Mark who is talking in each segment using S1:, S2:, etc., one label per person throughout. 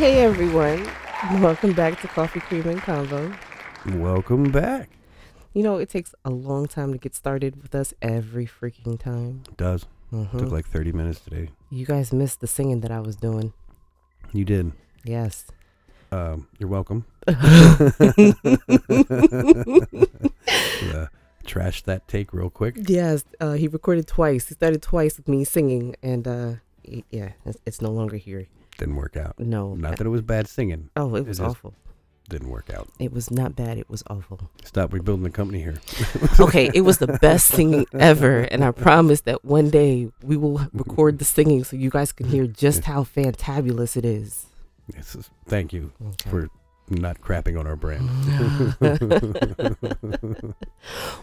S1: Hey everyone, welcome back to Coffee Cream and Combo.
S2: Welcome back.
S1: You know, it takes a long time to get started with us every freaking time.
S2: It does.
S1: Mhm.
S2: Took like 30 minutes today.
S1: You guys missed the singing that I was doing.
S2: You did.
S1: Yes.
S2: Um, you're welcome. Uh, trash that take real quick.
S1: Yes, uh, he recorded twice. He started twice with me singing, and uh, y- yeah, it's, it's no longer here.
S2: Didn't work out.
S1: No.
S2: Not that it was bad singing.
S1: oh, it was
S2: is-
S1: awful.
S2: Didn't work out.
S1: It was not bad. It was awful.
S2: Stop rebuilding the company here.
S1: okay, it was the best singing ever, and I promise that one day we will record the singing so you guys can hear just how fantabulous it is.
S2: This is- thank you
S1: Okay.
S2: for not crapping on our brand.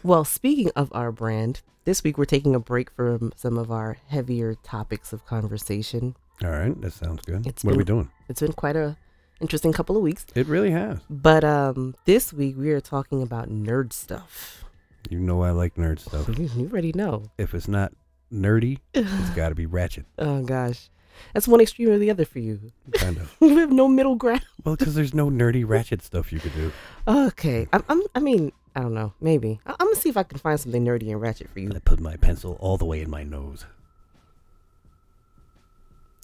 S1: Well, speaking of our brand, this week we're taking a break from some of our heavier topics of conversation.
S2: All right. That sounds good.
S1: It's
S2: what are we
S1: been-
S2: doing?
S1: It's been quite a interesting couple of weeks,
S2: It really has.
S1: but um, this week we are talking about nerd stuff.
S2: You know, I like nerd stuff.
S1: You you already know.
S2: If it's not nerdy, it's got to be ratchet.
S1: Oh gosh, that's one extreme or the other for you.
S2: Kind of.
S1: you have no middle ground.
S2: Well, because there's no nerdy ratchet stuff you could do.
S1: Okay, I'm, I'm. I mean, I don't know. Maybe I- I'm gonna see if I can find something nerdy and ratchet for you.
S2: I put my pencil all the way in my nose.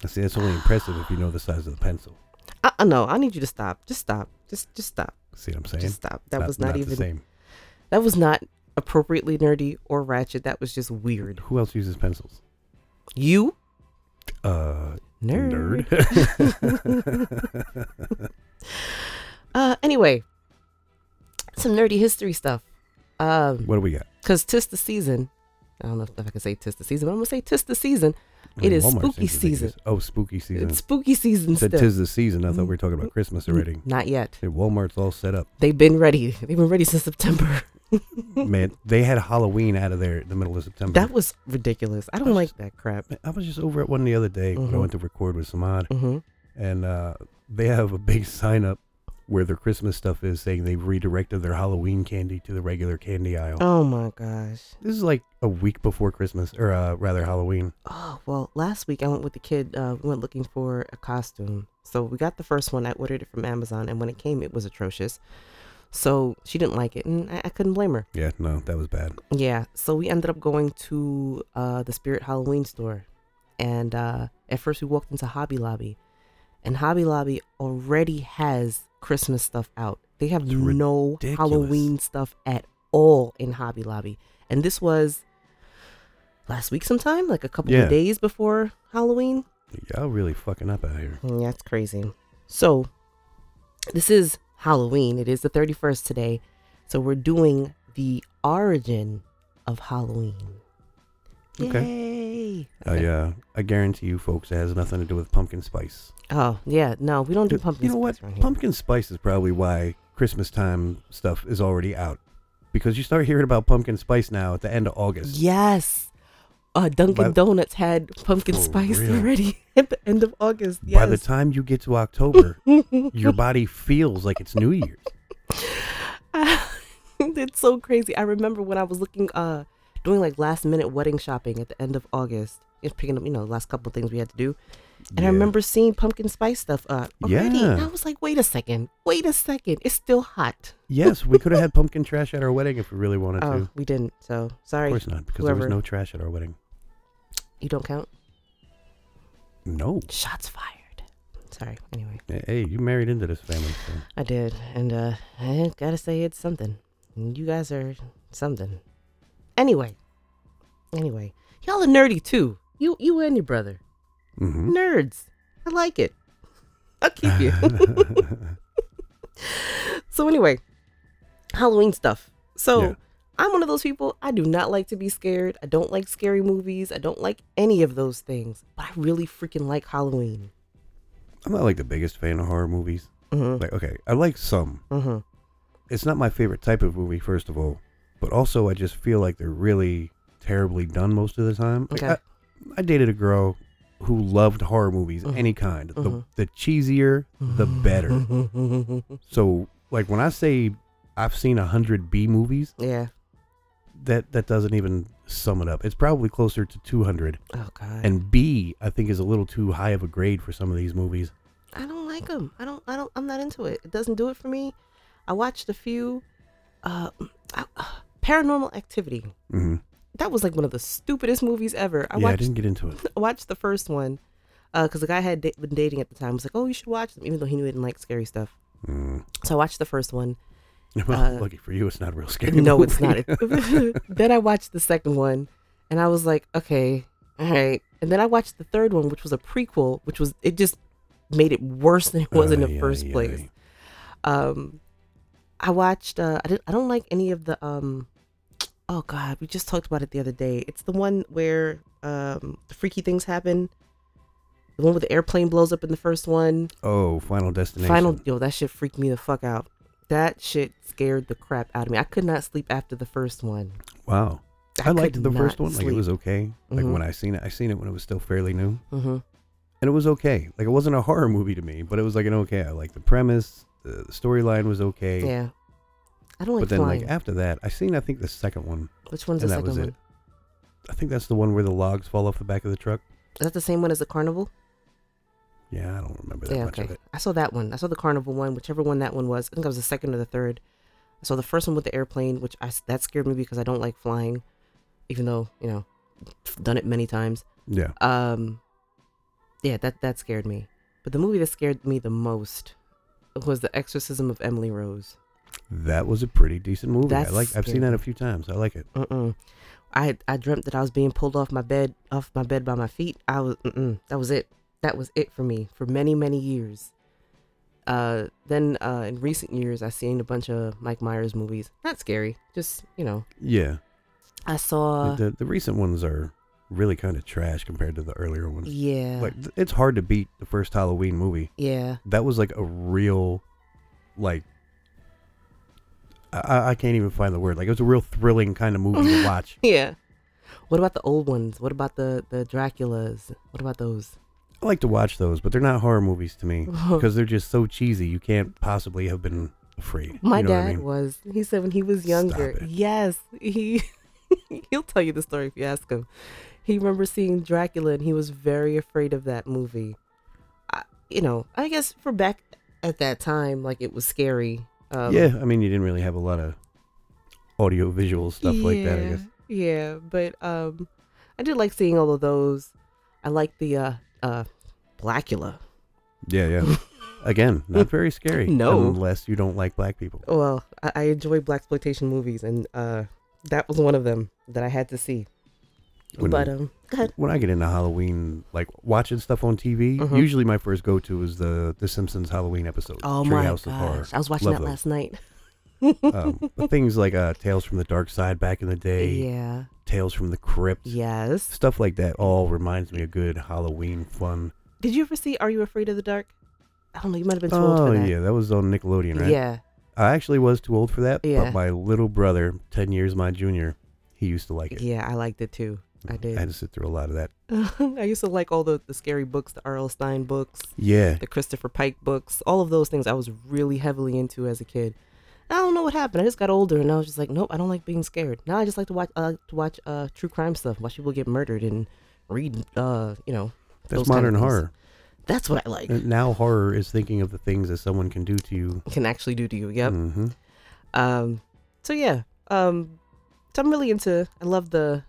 S2: I see, that's only impressive if you know the size of the pencil.
S1: I, I know. I need you to stop. Just stop. Just just stop.
S2: See what I'm saying?
S1: Just stop. That was not,
S2: the
S1: even.
S2: same.
S1: That was not appropriately nerdy or ratchet. That was just weird.
S2: Who else uses pencils?
S1: You
S2: Uh,
S1: nerd.
S2: nerd.
S1: Uh, anyway, some nerdy history stuff. Um,
S2: what do we got?
S1: cause tis the season. I don't know if, if I can say tis the season, but I'm gonna say tis the season. It is
S2: Walmart
S1: spooky
S2: seems to think
S1: season.
S2: it's- Oh, spooky season.
S1: It's spooky Mm-hmm. season
S2: Said
S1: still.
S2: tis the season. I thought we were talking about Christmas already.
S1: Not yet.
S2: Said Walmart's all set up.
S1: They've been ready. They've been ready since September.
S2: Man, they had Halloween out of there in the middle of September.
S1: That was ridiculous. I don't
S2: That's-
S1: like that crap.
S2: Man, I was just over at one the other day when I
S1: Mhm.
S2: went to record with Samad.
S1: hmm
S2: and uh, they have a big sign up where their Christmas stuff is saying they've redirected their Halloween candy to the regular candy aisle.
S1: Oh my gosh.
S2: This is like a week before Christmas, or uh, rather Halloween.
S1: Oh well, last week I went with the kid. Uh, we went looking for a costume, so we got the first one. I ordered it from Amazon, and when it came, it was atrocious. So she didn't like it, and I, I couldn't blame her.
S2: Yeah, no, that was bad.
S1: Yeah, so we ended up going to uh, the Spirit Halloween store, and uh, at first we walked into Hobby Lobby, and Hobby Lobby already has Christmas stuff out. They have
S2: It's
S1: no
S2: ridiculous.
S1: Halloween stuff at all in Hobby Lobby, and this was last week sometime, like a couple
S2: Yeah.
S1: of days before Halloween.
S2: Y'all really fucking up out here.
S1: Mm, That's crazy. So, this is Halloween. It is the 31st today. So, we're doing the origin of Halloween. Yay.
S2: I uh, I guarantee you, folks, it has nothing to do with pumpkin spice.
S1: Oh, yeah. No, we don't do pumpkin
S2: you know what?
S1: spice around here.
S2: Pumpkin spice is probably why Christmas time stuff is already out, because you start hearing about pumpkin spice now at the end of August.
S1: yes. Uh, Dunkin'
S2: By-
S1: Donuts had pumpkin
S2: For
S1: spice
S2: real.
S1: already at the end of August. Yes.
S2: By the time you get to October, your body feels like it's New Year's.
S1: it's so crazy. I remember when I was looking, uh, doing like last minute wedding shopping at the end of August, just picking up, you know, the last couple of things we had to do. And I
S2: Yeah.
S1: remember seeing pumpkin spice stuff uh, already. And
S2: Yeah.
S1: I was like, wait a second, wait a second, it's still hot.
S2: Yes, we could have had pumpkin trash at our wedding if we really wanted to.
S1: Oh, we didn't. So
S2: of
S1: sorry,
S2: course not, because there was
S1: whoever-
S2: no trash at our wedding.
S1: you don't count.
S2: No.
S1: Shots fired. Sorry. Anyway,
S2: Hey, you married into this family. So.
S1: I did, and uh, I gotta say it's something. You guys are something. Anyway, anyway, y'all are nerdy too. You, you and your brother.
S2: hmm
S1: nerds. I like it. I'll keep you. so anyway, Halloween stuff. So
S2: Yeah.
S1: I'm one of those people. I do not like to be scared. I don't like scary movies. I don't like any of those things. But I really freaking like Halloween.
S2: I'm not like the biggest fan of horror movies.
S1: Mm-hmm.
S2: Like, okay, I like some.
S1: Mm-hmm.
S2: It's not my favorite type of movie, first of all, but also I just feel like they're really terribly done most of the time. Like,
S1: Okay.
S2: I, I dated a girl who loved horror movies,
S1: Mhm.
S2: any kind.
S1: Mhm.
S2: The, the cheesier, the
S1: Mm-hmm.
S2: better. so, like, when I say I've seen a hundred B movies.
S1: yeah.
S2: that that doesn't even sum it up. It's probably closer to 200.
S1: Oh God.
S2: And B, I think, is a little too high of a grade for some of these movies.
S1: I don't like them. I don't. I don't. I'm not into it. It doesn't do it for me. I watched a few. Uh, uh, Paranormal Activity.
S2: hmm
S1: That was like one of the stupidest movies ever. I
S2: yeah, I
S1: watched.
S2: didn't get into it.
S1: I watched the first one because the guy I had da- been dating at the time was like, "Oh, you should watch them," even though he knew he didn't like scary stuff.
S2: Mm.
S1: So I watched the first one.
S2: Well,
S1: Uh,
S2: lucky for you, it's not a real scary.
S1: No, it's not.
S2: movie.
S1: then I watched the second one, and I was like, "Okay, all right." And then I watched the third one, which was a prequel, which was it just made it worse than it was in the
S2: Ay,
S1: first
S2: ay,
S1: place.
S2: ay.
S1: um i watched uh I, did, I don't like any of the um oh god we just talked about it the other day it's the one where um the freaky things happen the one where the airplane blows up in the first one
S2: Oh, Final Destination.
S1: final yo that shit freaked me the fuck out that shit scared the crap out of me i could not sleep after the first one
S2: Wow. I,
S1: could
S2: liked the first
S1: not
S2: one. Like it
S1: sleep.
S2: was okay. Like
S1: Mhm.
S2: when I seen it, I seen it when it was still fairly new,
S1: Mhm.
S2: and it was okay. Like it wasn't a horror movie to me, but it was like an okay. I like the premise. The the storyline was okay.
S1: yeah i don't like
S2: but then
S1: flying
S2: like after that, I seen I think the second one.
S1: which one's the
S2: and that
S1: second
S2: was
S1: one
S2: it. I think that's the one where the logs fall off the back of the truck.
S1: is that the same one as the carnival
S2: Yeah, I don't remember that
S1: yeah,
S2: much
S1: okay.
S2: of it.
S1: I saw that one. I saw the carnival one, whichever one that one was. I think I was the second or the third. I saw the first one with the airplane, which I s- that scared me because I don't like flying, even though you know, I've done it many times.
S2: Yeah.
S1: Um, yeah, that that scared me. But the movie that scared me the most was The Exorcism of Emily Rose.
S2: That was a pretty decent movie. I
S1: That's
S2: like I've seen
S1: scary.
S2: that a few times. I like it.
S1: Mm-mm. I I dreamt that I was being pulled off my bed, off my bed by my feet. I was mm-mm. that was it. That was it for me for many many years. Uh, then uh, in recent years, I've seen a bunch of Mike Myers movies. Not scary, just you know.
S2: Yeah.
S1: I saw
S2: the the recent ones are really kind of trash compared to the earlier ones.
S1: yeah
S2: Like th- it's hard to beat the first Halloween movie.
S1: yeah
S2: That was like a real like I- I, I can't even find the word. Like it was a real thrilling kind of movie to watch.
S1: yeah. What about the old ones? What about the the Draculas? What about those?
S2: I like to watch those, but they're not horror movies to me because they're just so cheesy. You can't possibly have been afraid.
S1: My
S2: you know
S1: dad
S2: What I mean?
S1: was. He said when he was younger.
S2: Stop it.
S1: Yes, he he'll tell you the story if you ask him. He remembers seeing Dracula and he was very afraid of that movie. I, you know, I guess for back at that time, like it was scary. Um,
S2: yeah, I mean you didn't really have a lot of audio visual stuff like that. I
S1: yeah,
S2: guess.
S1: Yeah, but um, I did like seeing all of those. I like the uh uh, Blackula.
S2: Yeah, yeah. Again, not very scary.
S1: No.
S2: unless you don't like black people.
S1: Well, I, I enjoy black exploitation movies, and uh, that was one of them that I had to see.
S2: When-
S1: but um, go ahead.
S2: when I get into Halloween, like watching stuff on TV,
S1: Mhm.
S2: usually my first go to is the The Simpsons Halloween episode.
S1: Oh my
S2: Treehouse
S1: gosh! I was watching
S2: Love
S1: that
S2: those.
S1: last night.
S2: um, but things like uh, Tales from the Dark Side back in the day,
S1: Yeah.
S2: Tales from the Crypt,
S1: Yes.
S2: stuff like that. All reminds me of good Halloween fun.
S1: Did you ever see Are You Afraid of the Dark? I don't know. You might have been too old
S2: oh
S1: for that.
S2: yeah, that was on Nickelodeon, right?
S1: Yeah.
S2: I actually was too old for that,
S1: Yeah.
S2: but my little brother, ten years my junior, he used to like it.
S1: Yeah, I liked it too. I
S2: I
S1: did.
S2: had to sit through a lot of that.
S1: I used to like all the, the scary books, the R.L. Stein books,
S2: Yeah,
S1: the Christopher Pike books, all of those things I was really heavily into as a kid. I don't know what happened. I just got older and I was just like, nope, I don't like being scared. Now I just like to watch uh, to watch uh, true crime stuff, watch people get murdered and read, uh, you know,
S2: that's
S1: those kind of
S2: modern
S1: things.
S2: horror.
S1: That's what I like.
S2: And now horror is thinking of the things that someone can do to you.
S1: Can actually do to you. Yep.
S2: hmm
S1: Um, so yeah, um, so I'm really into. I love the,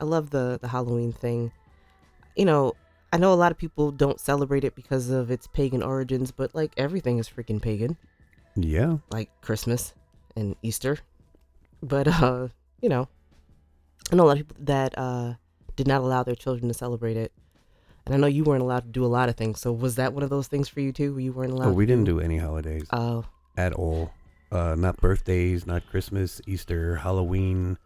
S1: I love the the Halloween thing. You know, I know a lot of people don't celebrate it because of its pagan origins, but like everything is freaking pagan,
S2: Yeah.
S1: like Christmas and Easter. But uh, you know, I know a lot of people that uh did not allow their children to celebrate it. And I know you weren't allowed to do a lot of things. So was that one of those things for you too? Where you weren't allowed?
S2: Oh, we didn't do any holidays
S1: Oh,
S2: at all. Uh, not birthdays, not Christmas, Easter, Halloween,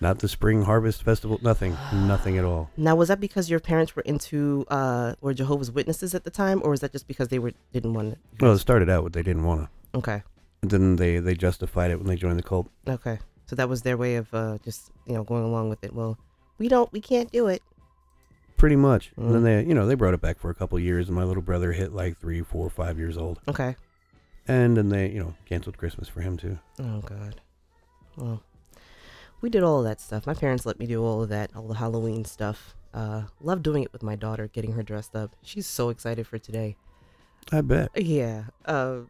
S2: not the Spring Harvest Festival, nothing, nothing at all.
S1: Now, was that because your parents were into uh were Jehovah's Witnesses at the time, or is that just because they were didn't want it?
S2: Well, it started out with they didn't want to.
S1: Okay,
S2: And then they, they justified it when they joined the cult.
S1: okay. So that was their way of uh just you know going along with it. Well, we don't, we can't do it.
S2: Pretty much. And
S1: Mm.
S2: then they, you know, they brought it back for a couple years, and my little brother hit like three, four, five years old.
S1: Okay.
S2: And then they, you know, canceled Christmas for him too.
S1: Oh God. Well, we did all of that stuff. My parents let me do all of that, all the Halloween stuff. Uh, love doing it with my daughter, getting her dressed up. She's so excited for today.
S2: I bet.
S1: Yeah. Uh,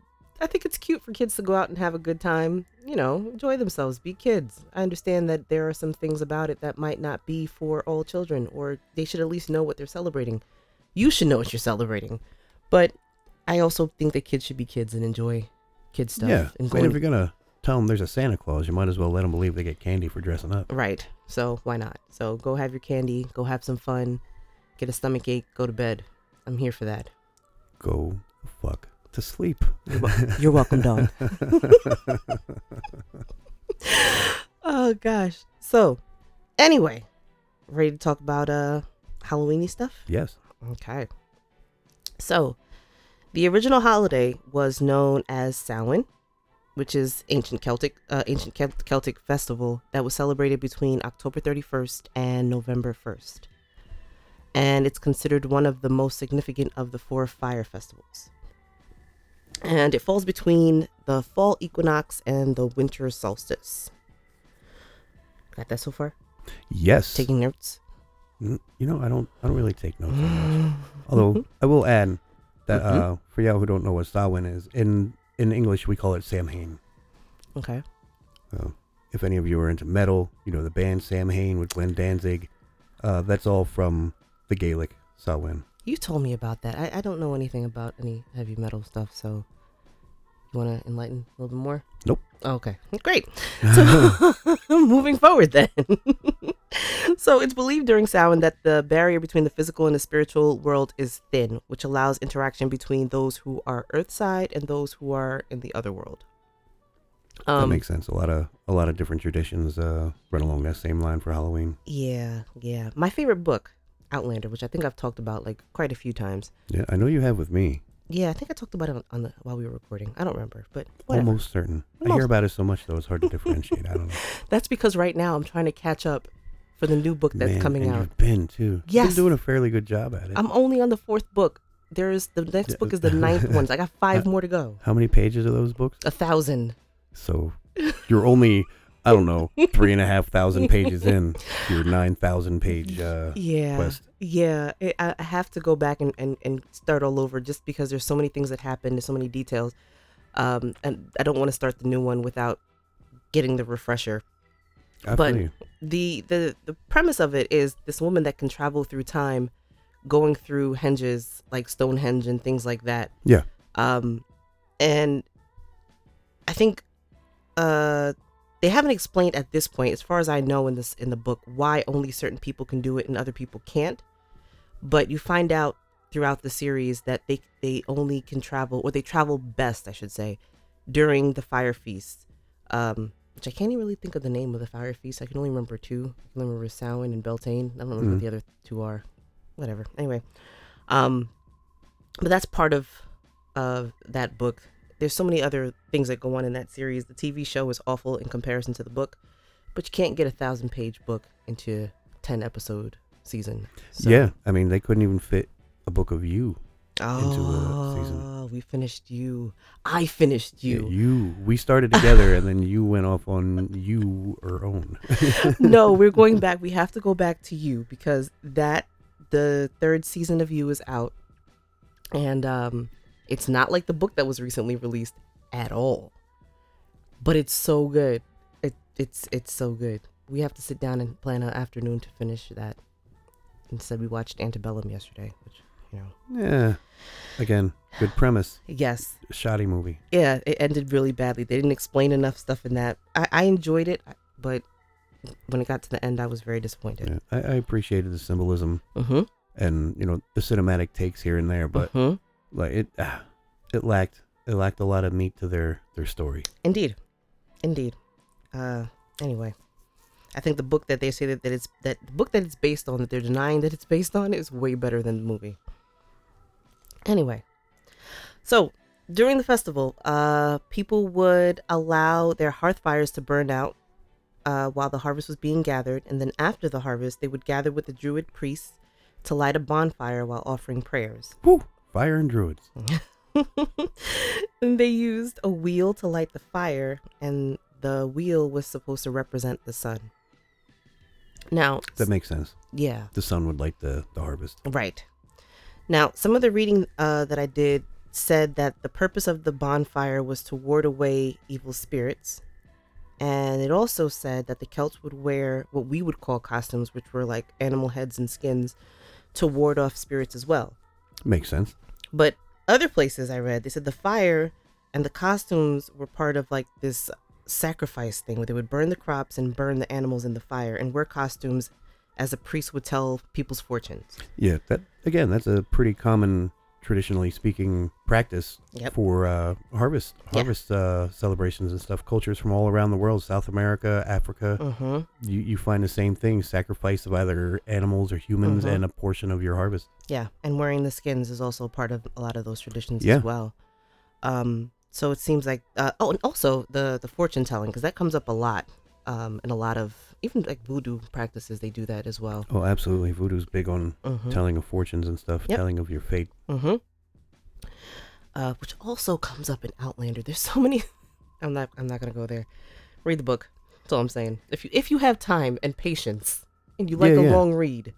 S1: I think it's cute for kids to go out and have a good time. You know, enjoy themselves, be kids. I understand that there are some things about it that might not be for all children, or they should at least know what they're celebrating. You should know what you're celebrating. But I also think that kids should be kids and enjoy kid stuff.
S2: Yeah.
S1: And
S2: I mean,
S1: going
S2: if you're gonna tell them there's a Santa Claus, you might as well let them believe they get candy for dressing up.
S1: Right. So why not? So go have your candy, go have some fun, get a stomach ache, go to bed. I'm here for that.
S2: Go the fuck to sleep.
S1: You're welcome, Dawn. oh gosh. So anyway, ready to talk about uh Halloweeny stuff?
S2: yes.
S1: Okay. So the original holiday was known as Samhain, which is ancient Celtic uh, ancient Celt- Celtic festival that was celebrated between October 31st and November 1st. And it's considered one of the most significant of the four fire festivals. And it falls between the fall equinox and the winter solstice. Got that so far?
S2: Yes.
S1: Taking notes?
S2: Mm, you know, I don't. I don't really take notes. on those. Although I will add that
S1: Mm-hmm.
S2: uh, for y'all who don't know what Samhain is in in English, we call it Samhain.
S1: Okay.
S2: Uh, if any of you are into metal, you know the band Samhain with Glenn Danzig. Uh, that's all from the Gaelic Samhain.
S1: You told me about that. I, I don't know anything about any heavy metal stuff, so you want to enlighten a little bit more? Oh,
S2: Nope.
S1: Okay, great. So moving forward, then. so it's believed during Samhain that the barrier between the physical and the spiritual world is thin, which allows interaction between those who are Earthside and those who are in the other world. Um,
S2: that makes sense. A lot of a lot of different traditions uh, run along that same line for Halloween.
S1: yeah, yeah. My favorite book, Outlander, which I think I've talked about like quite a few times.
S2: Yeah, I know you have with me.
S1: Yeah, I think I talked about it on, on the while we were recording. I don't remember, but whatever.
S2: Almost certain. I hear
S1: Almost.
S2: about it so much though; it's hard to differentiate. I don't know.
S1: That's because right now I'm trying to catch up for the new book that's
S2: Man,
S1: coming
S2: and
S1: out.
S2: You've been too.
S1: Yes.
S2: You've been doing a fairly good job at it.
S1: I'm only on the fourth book. There's the next book is the ninth one. So I got five
S2: Uh,
S1: more to go.
S2: How many pages are those books?
S1: A thousand.
S2: So you're only, I don't know, three and a half thousand pages in to your nine thousand page. Uh,
S1: Yeah.
S2: Quest.
S1: Yeah. It, I I have to go back and, and, and start all over just because there's so many things that happen. There's so many details. Um, and I don't want to start the new one without getting the refresher.
S2: I
S1: But-
S2: feel you.
S1: the the the premise of it is this woman that can travel through time going through henges like stonehenge and things like that
S2: Yeah.
S1: um and i think uh they haven't explained at this point as far as i know in this in the book why only certain people can do it and other people can't but you find out throughout the series that they they only can travel or they travel best i should say during the fire feast um which i can't even really think of the name of the fire feast i can only remember two i can only remember Samhain and beltane i don't remember
S2: Mhm.
S1: what the other two are whatever anyway um but that's part of of that book there's so many other things that go on in that series the tv show is awful in comparison to the book but you can't get a thousand page book into 10 episode season so.
S2: yeah, I mean, they couldn't even fit a book of you. into the season.
S1: Oh, Ah, we finished you. I finished
S2: Yeah,
S1: you.
S2: you. We started together, and then you went off on you or own.
S1: no, we're going back. We have to go back to you because that the third season of you is out, and um, it's not like the book that was recently released at all. But it's so good. It it's it's so good. We have to sit down and plan an afternoon to finish that. Instead, we watched Antebellum yesterday, which you know.
S2: yeah. Again, good premise.
S1: Yes,
S2: Shoddy movie.
S1: yeah, it ended really badly. They didn't explain enough stuff in that. I, I enjoyed it, but when it got to the end, I was very disappointed.
S2: Yeah, I, I appreciated the symbolism
S1: Mm-hmm.
S2: and you know the cinematic takes here and there, but
S1: Mhm.
S2: like it, ah, it lacked it lacked a lot of meat to their their story.
S1: indeed, indeed. Uh, anyway, I think the book that they say that, that it's that the book that it's based on that they're denying that it's based on is way better than the movie. Anyway, so during the festival, uh, people would allow their hearth fires to burn out uh, while the harvest was being gathered, and then after the harvest, they would gather with the druid priests to light a bonfire while offering prayers.
S2: Woo! Fire and druids.
S1: and they used a wheel to light the fire, and the wheel was supposed to represent the sun. Now,
S2: That makes sense.
S1: yeah,
S2: The sun would light the the harvest.
S1: right. Now, some of the reading uh, that I did said that the purpose of the bonfire was to ward away evil spirits. And it also said that the Celts would wear what we would call costumes, which were like animal heads and skins, to ward off spirits as well.
S2: Makes sense.
S1: But other places I read, they said the fire and the costumes were part of like this sacrifice thing where they would burn the crops and burn the animals in the fire and wear costumes as a priest would tell people's fortunes.
S2: Yeah, that again, that's a pretty common, traditionally speaking, practice
S1: Yep.
S2: for uh, harvest
S1: Yeah.
S2: harvest uh, celebrations and stuff. Cultures from all around the world, South America, Africa,
S1: Mm-hmm.
S2: you, you find the same thing: sacrifice of either animals or humans
S1: Mhm.
S2: and a portion of your harvest.
S1: Yeah, and wearing the skins is also part of a lot of those traditions
S2: Yeah.
S1: as well. Um, so it seems like uh, oh, and also the the fortune telling because that comes up a lot um, in a lot of even like voodoo practices. They do that as well.
S2: Oh, absolutely! Voodoo's big on
S1: Mm-hmm.
S2: telling of fortunes and stuff,
S1: Yep.
S2: telling of your fate.
S1: mm-hmm. Uh, which also comes up in Outlander. There's so many. I'm not. I'm not gonna go there. Read the book. That's all I'm saying. If you if you have time and patience, and you like
S2: Yeah,
S1: a
S2: yeah.
S1: long read,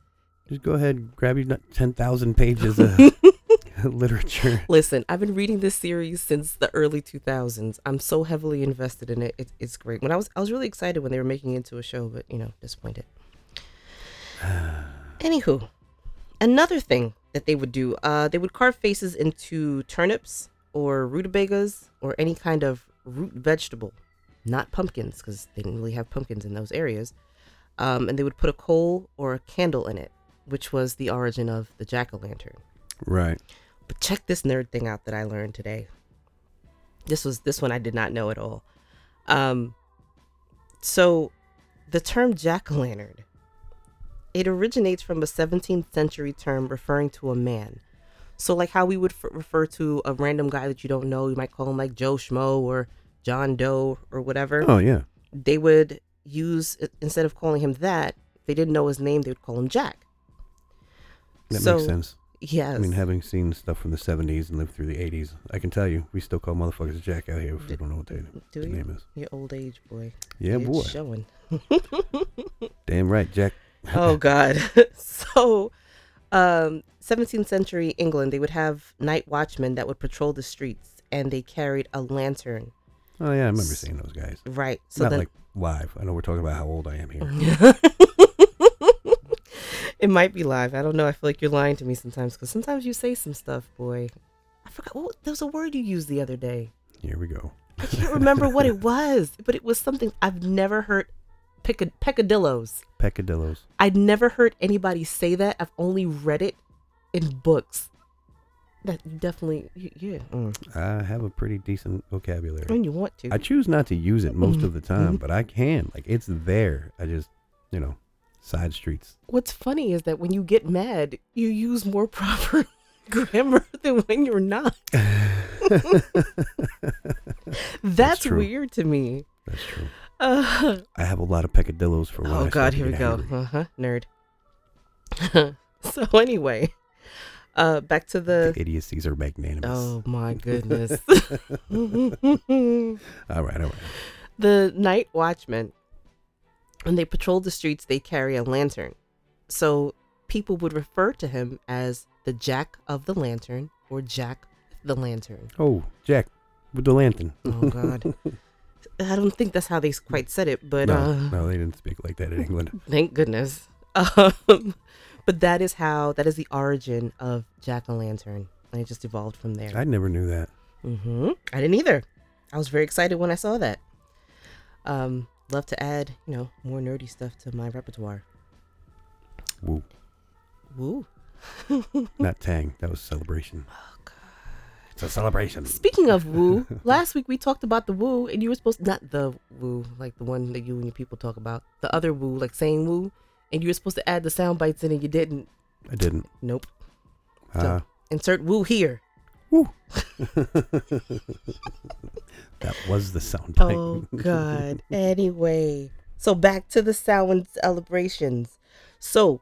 S2: Just go ahead, grab your ten thousand pages of literature.
S1: Listen, I've been reading this series since the early 2000s. I'm so heavily invested in it. It's, it's great. When I was I was really excited when they were making it into a show, but you know, disappointed. Anywho, another thing that they would do, uh, they would carve faces into turnips or rutabagas or any kind of root vegetable, not pumpkins because they didn't really have pumpkins in those areas. Um, and they would put a coal or a candle in it, which was the origin of the jack o' lantern.
S2: Right.
S1: But check this nerd thing out that I learned today. This was this one I did not know at all. Um, so the term jack o' lantern it originates from a 17th century term referring to a man. So like how we would f- refer to a random guy that you don't know, you might call him like Joe Schmo or John Doe or whatever.
S2: Oh yeah.
S1: They would use instead of calling him that, if they didn't know his name, they would call him Jack.
S2: That
S1: So,
S2: makes sense.
S1: Yes.
S2: I mean, having seen stuff from the 70s and lived through the 80s, I can tell you, we still call motherfuckers Jack out here if we don't know what they,
S1: mm, Do
S2: his
S1: you?
S2: name is.
S1: Your old age boy.
S2: Yeah,
S1: It's
S2: boy.
S1: Showing.
S2: Damn right, Jack.
S1: oh god so um 17th century england they would have night watchmen that would patrol the streets and they carried a lantern
S2: Oh, yeah, I remember seeing those guys.
S1: right so
S2: Not
S1: then
S2: like live. I know we're talking about how old I am here.
S1: it might be live i don't know i feel like you're lying to me sometimes because sometimes you say some stuff boy i forgot what there was a word you used the other day
S2: Here we go.
S1: i can't remember what it was but it was something i've never heard Picca- peccadillos
S2: Peccadillos.
S1: I'd never heard anybody say that. I've only read it in books. That you definitely, y- yeah. Mm.
S2: I have a pretty decent vocabulary.
S1: When you Mm-hmm. want to.
S2: I choose not to use it most of the time, but I can. Like, it's there. I just, you know, side streets.
S1: What's funny is that when you get mad, you use more proper grammar than when you're not. That's
S2: true.
S1: weird to me.
S2: That's true.
S1: Uh,
S2: I have a lot of peccadillos for when I
S1: oh
S2: start
S1: God,
S2: to
S1: here we
S2: get
S1: go.
S2: angry.
S1: Uh huh. Nerd. so anyway, uh, back to the.
S2: The idiocies are magnanimous.
S1: Oh my goodness. Oh.
S2: All right, all right.
S1: the night watchmen when they patrol the streets they carry a lantern so people would refer to him as the jack of the lantern or jack the lantern
S2: Oh, Jack with the lantern.
S1: oh god i don't think that's how they s- quite said it but
S2: no,
S1: uh,
S2: no, they didn't speak like that in England.
S1: thank goodness um, but that is how that is the origin of jack-o'-lantern and it just evolved from there
S2: I never knew that.
S1: Mm-hmm. I didn't either. I was very excited when I saw that. Um, love to add, you know, more nerdy stuff to my repertoire.
S2: Woo.
S1: Woo.
S2: Not Tang. That was celebration. Oh, God. It's a celebration.
S1: Speaking of woo, last week we talked about the woo, and you were supposed not the woo, like the one that you and your people talk about, the other woo, like saying woo, and you were supposed to add the sound bites in, and you didn't.
S2: I didn't.
S1: Nope. So
S2: Uh,
S1: insert woo here.
S2: woo. that was the sound bite.
S1: Oh God. anyway, so back to the Samhain celebrations. So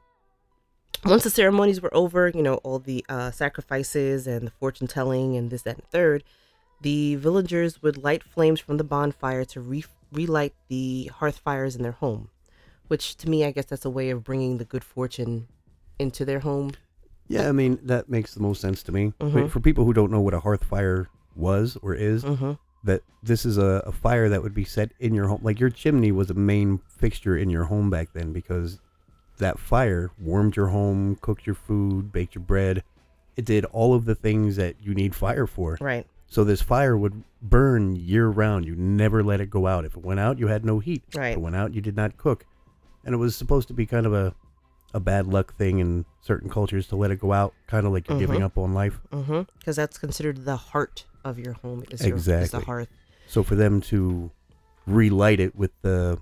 S1: once the ceremonies were over, you know, all the uh, sacrifices and the fortune telling and this, that, and third, the villagers would light flames from the bonfire to re- relight the hearth fires in their home. Which to me, I guess that's a way of bringing the good fortune into their home.
S2: Yeah, I mean that makes the most sense to me.
S1: Mhm.
S2: But for people who don't know what a hearth fire was or is,
S1: Mm-hmm.
S2: that this is a, a fire that would be set in your home. Like your chimney was a main fixture in your home back then because that fire warmed your home, cooked your food, baked your bread. It did all of the things that you need fire for.
S1: Right.
S2: So this fire would burn year round. You never let it go out. If it went out, you had no heat. If
S1: Right.
S2: it went out, you did not cook. And it was supposed to be kind of a, a bad luck thing in certain cultures to let it go out, kind of like you're giving
S1: Mhm.
S2: up on life.
S1: Mm-hmm. Because that's considered the heart of your home. Is your- Is the
S2: Exactly.
S1: hearth.
S2: So for them to relight it with the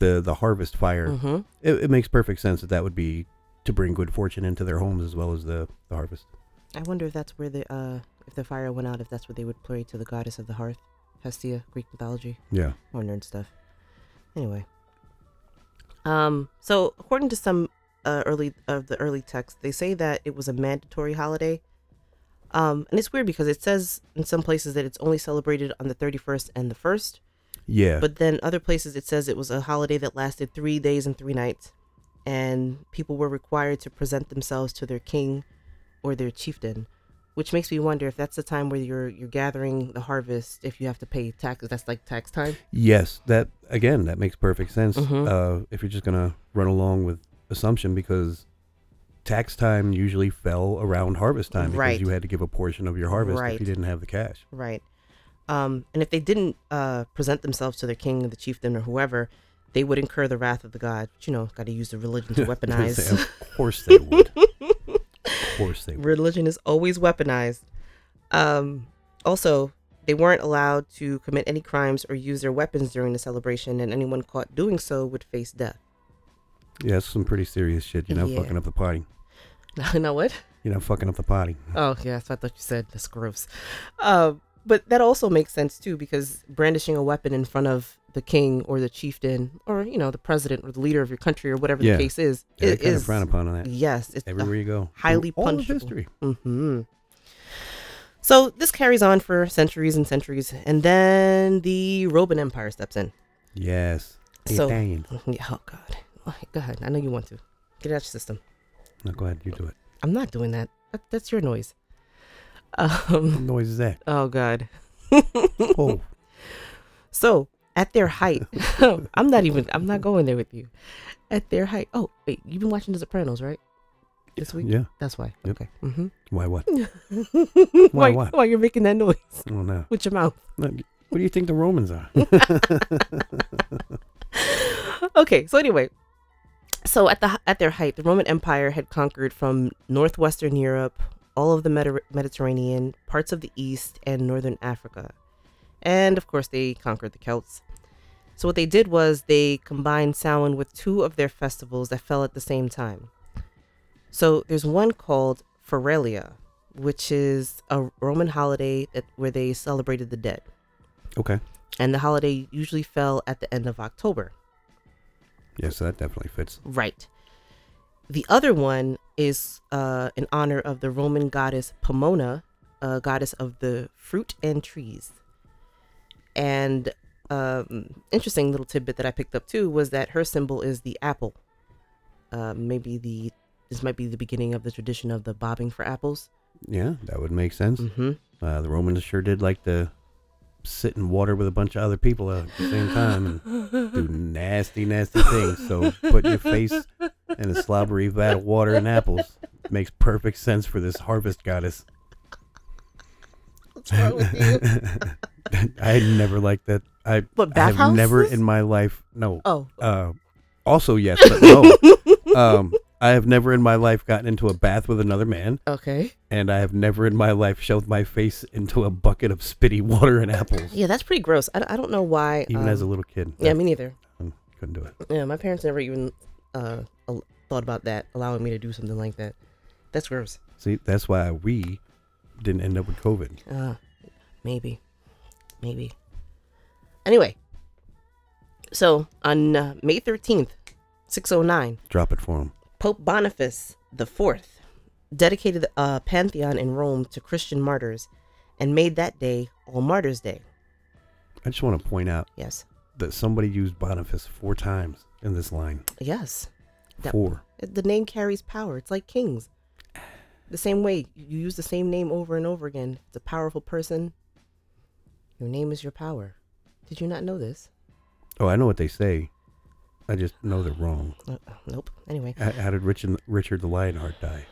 S2: the the harvest fire,
S1: Mm-hmm.
S2: it, it makes perfect sense that that would be to bring good fortune into their homes as well as the, the harvest.
S1: I wonder if that's where the uh, if the fire went out, if that's where they would pray to the goddess of the hearth, Hestia, Greek mythology,
S2: Yeah.
S1: more nerd stuff. Anyway, um, so according to some uh, early of the early texts, they say that it was a mandatory holiday. Um, and it's weird because it says in some places that it's only celebrated on the 31st and the 1st,
S2: Yeah.
S1: but then other places it says it was a holiday that lasted three days and three nights, and people were required to present themselves to their king or their chieftain, which makes me wonder if that's the time where you're you're gathering the harvest. If you have to pay taxes, that's like tax time.
S2: yes, that again, that makes perfect sense.
S1: Mhm.
S2: Uh, if you're just gonna run along with assumption because tax time usually fell around harvest time because
S1: Right.
S2: you had to give a portion of your harvest
S1: Right.
S2: if you didn't have the cash.
S1: Right. Um, and if they didn't uh, present themselves to their king or the chieftain or whoever, they would incur the wrath of the god. You know, got to use the religion to weaponize.
S2: of course they would. of course they would.
S1: religion is always weaponized. Um, also, they weren't allowed to commit any crimes or use their weapons during the celebration, and anyone caught doing so would face death.
S2: Yeah, that's some pretty serious shit. You're not
S1: Yeah.
S2: fucking up the party.
S1: now what?
S2: You're not fucking up the party.
S1: Oh, yeah, that's what I thought you said. That's gross. Uh, but that also makes sense, too, because brandishing a weapon in front of the king or the chieftain or, you know, the president or the leader of your country or whatever
S2: Yeah.
S1: the case is,
S2: Yeah, they
S1: it
S2: kind of
S1: is,
S2: frown upon that.
S1: yes, it's
S2: Everywhere you go.
S1: highly
S2: All of
S1: punishable.
S2: history.
S1: hmm So this carries on for centuries and centuries, and then the Roman Empire steps in.
S2: Yes. The
S1: So-
S2: Italians.
S1: Yeah, oh, God. Oh, go ahead. I know you want to. Get it out your system.
S2: No, go ahead. You do it.
S1: I'm not doing that. that that's your noise. Um,
S2: What noise is that?
S1: oh, God.
S2: Oh,
S1: So at their height, I'm not even. I'm not going there with you. At their height. Oh wait, you've been watching The Sopranos, right? This week.
S2: yeah.
S1: That's why.
S2: Yep.
S1: Okay. hmm
S2: Why what?
S1: why?
S2: what?
S1: Why you're making that noise
S2: Oh, no.
S1: with your mouth?
S2: Look, What do you think the Romans are?
S1: Okay. So anyway, so at the at their height, the Roman Empire had conquered from northwestern Europe, all of the Medi- Mediterranean, parts of the East, and northern Africa, and of course they conquered the Celts. So what they did was they combined Samhain with two of their festivals that fell at the same time. So there's one called Feralia, which is a Roman holiday that, where they celebrated the dead
S2: okay.
S1: and the holiday usually fell at the end of October.
S2: Yeah, so that definitely fits.
S1: Right. The other one is uh, in honor of the Roman goddess Pomona, a goddess of the fruit and trees. And um, interesting little tidbit that I picked up too was that her symbol is the apple. Uh, maybe the this might be the beginning of the tradition of the bobbing for apples.
S2: Yeah, that would make sense.
S1: Mm-hmm.
S2: Uh, the Romans sure did like to sit in water with a bunch of other people at the same time and do nasty, nasty things. So put your face in a slobbery vat of water and apples makes perfect sense for this harvest goddess.
S1: What's wrong with you?
S2: I never liked that. I,
S1: What,
S2: I have never
S1: bathhouses?
S2: in my life. No.
S1: oh,
S2: Uh, also, yes, but no. um, I have never in my life gotten into a bath with another man,
S1: okay.
S2: and I have never in my life shoved my face into a bucket of spitty water and apples,
S1: Yeah, that's pretty gross. I, don't- I don't know why.
S2: even
S1: um,
S2: as a little kid.
S1: yeah, me neither.
S2: I couldn't do it.
S1: Yeah, my parents never even uh, al- thought about that, allowing me to do something like that. That's gross.
S2: See, that's why we didn't end up with COVID.
S1: Uh, maybe. Maybe. Anyway, so on uh, May 13th, 609,
S2: Drop it for him.
S1: Pope Boniface IV dedicated a pantheon in Rome to Christian martyrs and made that day All Martyrs' Day.
S2: I just want to point out
S1: Yes.
S2: that somebody used Boniface four times in this line.
S1: Yes. That-
S2: Four.
S1: The name carries power. It's like kings. the same way you use the same name over and over again it's a powerful person your name is your power did you not know this
S2: Oh, I know what they say. I just know they're wrong.
S1: uh, nope anyway
S2: How, how did Richard, Richard the Lionheart die?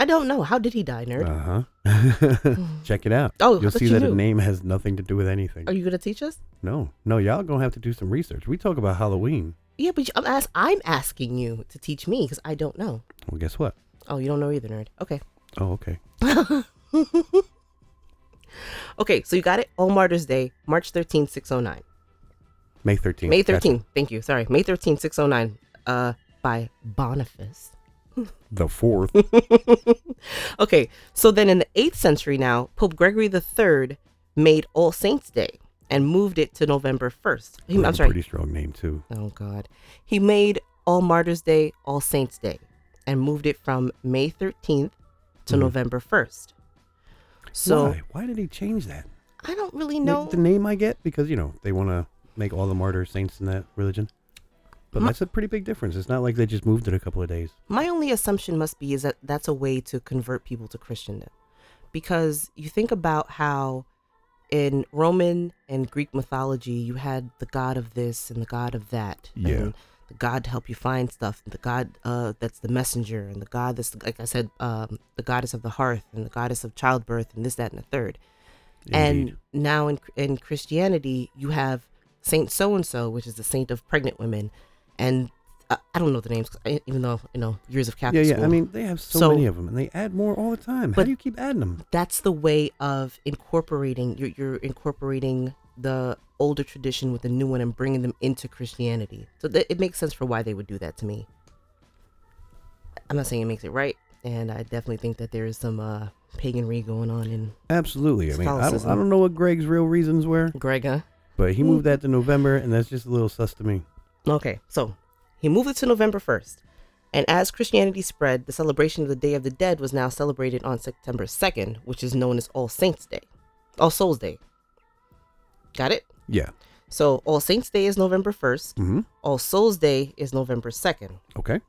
S1: i don't know how did he die nerd
S2: Uh huh. Check it out.
S1: Oh, I
S2: you'll
S1: thought
S2: see
S1: you
S2: that a
S1: knew.
S2: name has nothing to do with anything.
S1: are you gonna teach us
S2: no, no, y'all gonna have to do some research. We talk about Halloween.
S1: yeah but you- i'm, ask, I'm asking you to teach me because i don't know
S2: Well, guess what?
S1: oh you don't know either nerd okay
S2: Oh, okay.
S1: okay so you got it all martyrs day march 13 609
S2: May thirteenth.
S1: May 13th. Thank you. Sorry. May 13th, 609 uh, by Boniface.
S2: the fourth.
S1: okay. So then in the 8th century now, Pope Gregory III made All Saints Day and moved it to November 1st. He- I'm
S2: That's a
S1: sorry.
S2: Pretty strong name too.
S1: Oh, God. He made All Martyrs Day, All Saints Day and moved it from May 13th to
S2: Mhm.
S1: November 1st. So
S2: Why? Why did he change that?
S1: I don't really
S2: Like,
S1: know.
S2: the name I get because you know they want to make all the martyrs saints in that religion. But
S1: Ma-
S2: that's a pretty big difference. It's not like they just moved it a couple of days.
S1: My only assumption must be is that that's a way to convert people to Christendom. Because you think about how in Roman and Greek mythology, you had the god of this and the god of that.
S2: Yeah.
S1: And the god to help you find stuff, and the god uh, that's the messenger, and the god that's, like I said, um, the goddess of the hearth, and the goddess of childbirth, and this, that, and the third.
S2: Indeed.
S1: And now in in Christianity, you have Saint so and so, which is the saint of pregnant women, and I, I don't know the names, 'cause I- even though you know years of
S2: yeah,
S1: Catholic
S2: yeah.
S1: school.
S2: I mean, they have so,
S1: So-
S2: many of them, and they add more all the time. How
S1: But-
S2: do you keep adding them?
S1: that's the way of incorporating. You're, you're incorporating the older tradition with the new one and bringing them into Christianity. So th- it makes sense for why they would do that to me. I'm not saying it makes it right, and I definitely think that there is some uh, paganry going on in
S2: Absolutely. I mean, I don't, I
S1: Catholicism.
S2: don't know what Greg's real reasons were,
S1: Grega.
S2: but he moved that to November, and that's just a little sus to me.
S1: Okay, so he moved it to November 1st. And as Christianity spread, the celebration of the Day of the Dead was now celebrated on September 2nd, which is known as All Saints Day, All Souls Day. Got it?
S2: Yeah.
S1: So All Saints Day is November 1st,
S2: Mm-hmm.
S1: All Souls Day is November 2nd.
S2: Okay.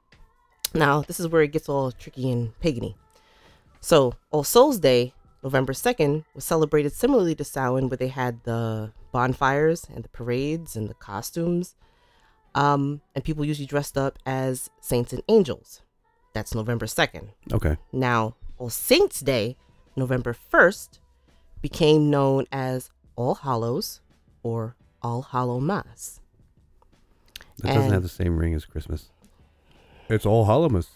S1: Now, this is where it gets all tricky and pagany. So, All Souls Day, November 2nd, was celebrated similarly to Samhain, where they had the bonfires and the parades and the costumes. Um, and people usually dressed up as saints and angels. That's November 2nd.
S2: Okay.
S1: Now, All Saints Day, November 1st, became known as All Hallows or All Hallow Mass.
S2: That doesn't
S1: And-
S2: have the same ring as Christmas. It's all Holomus.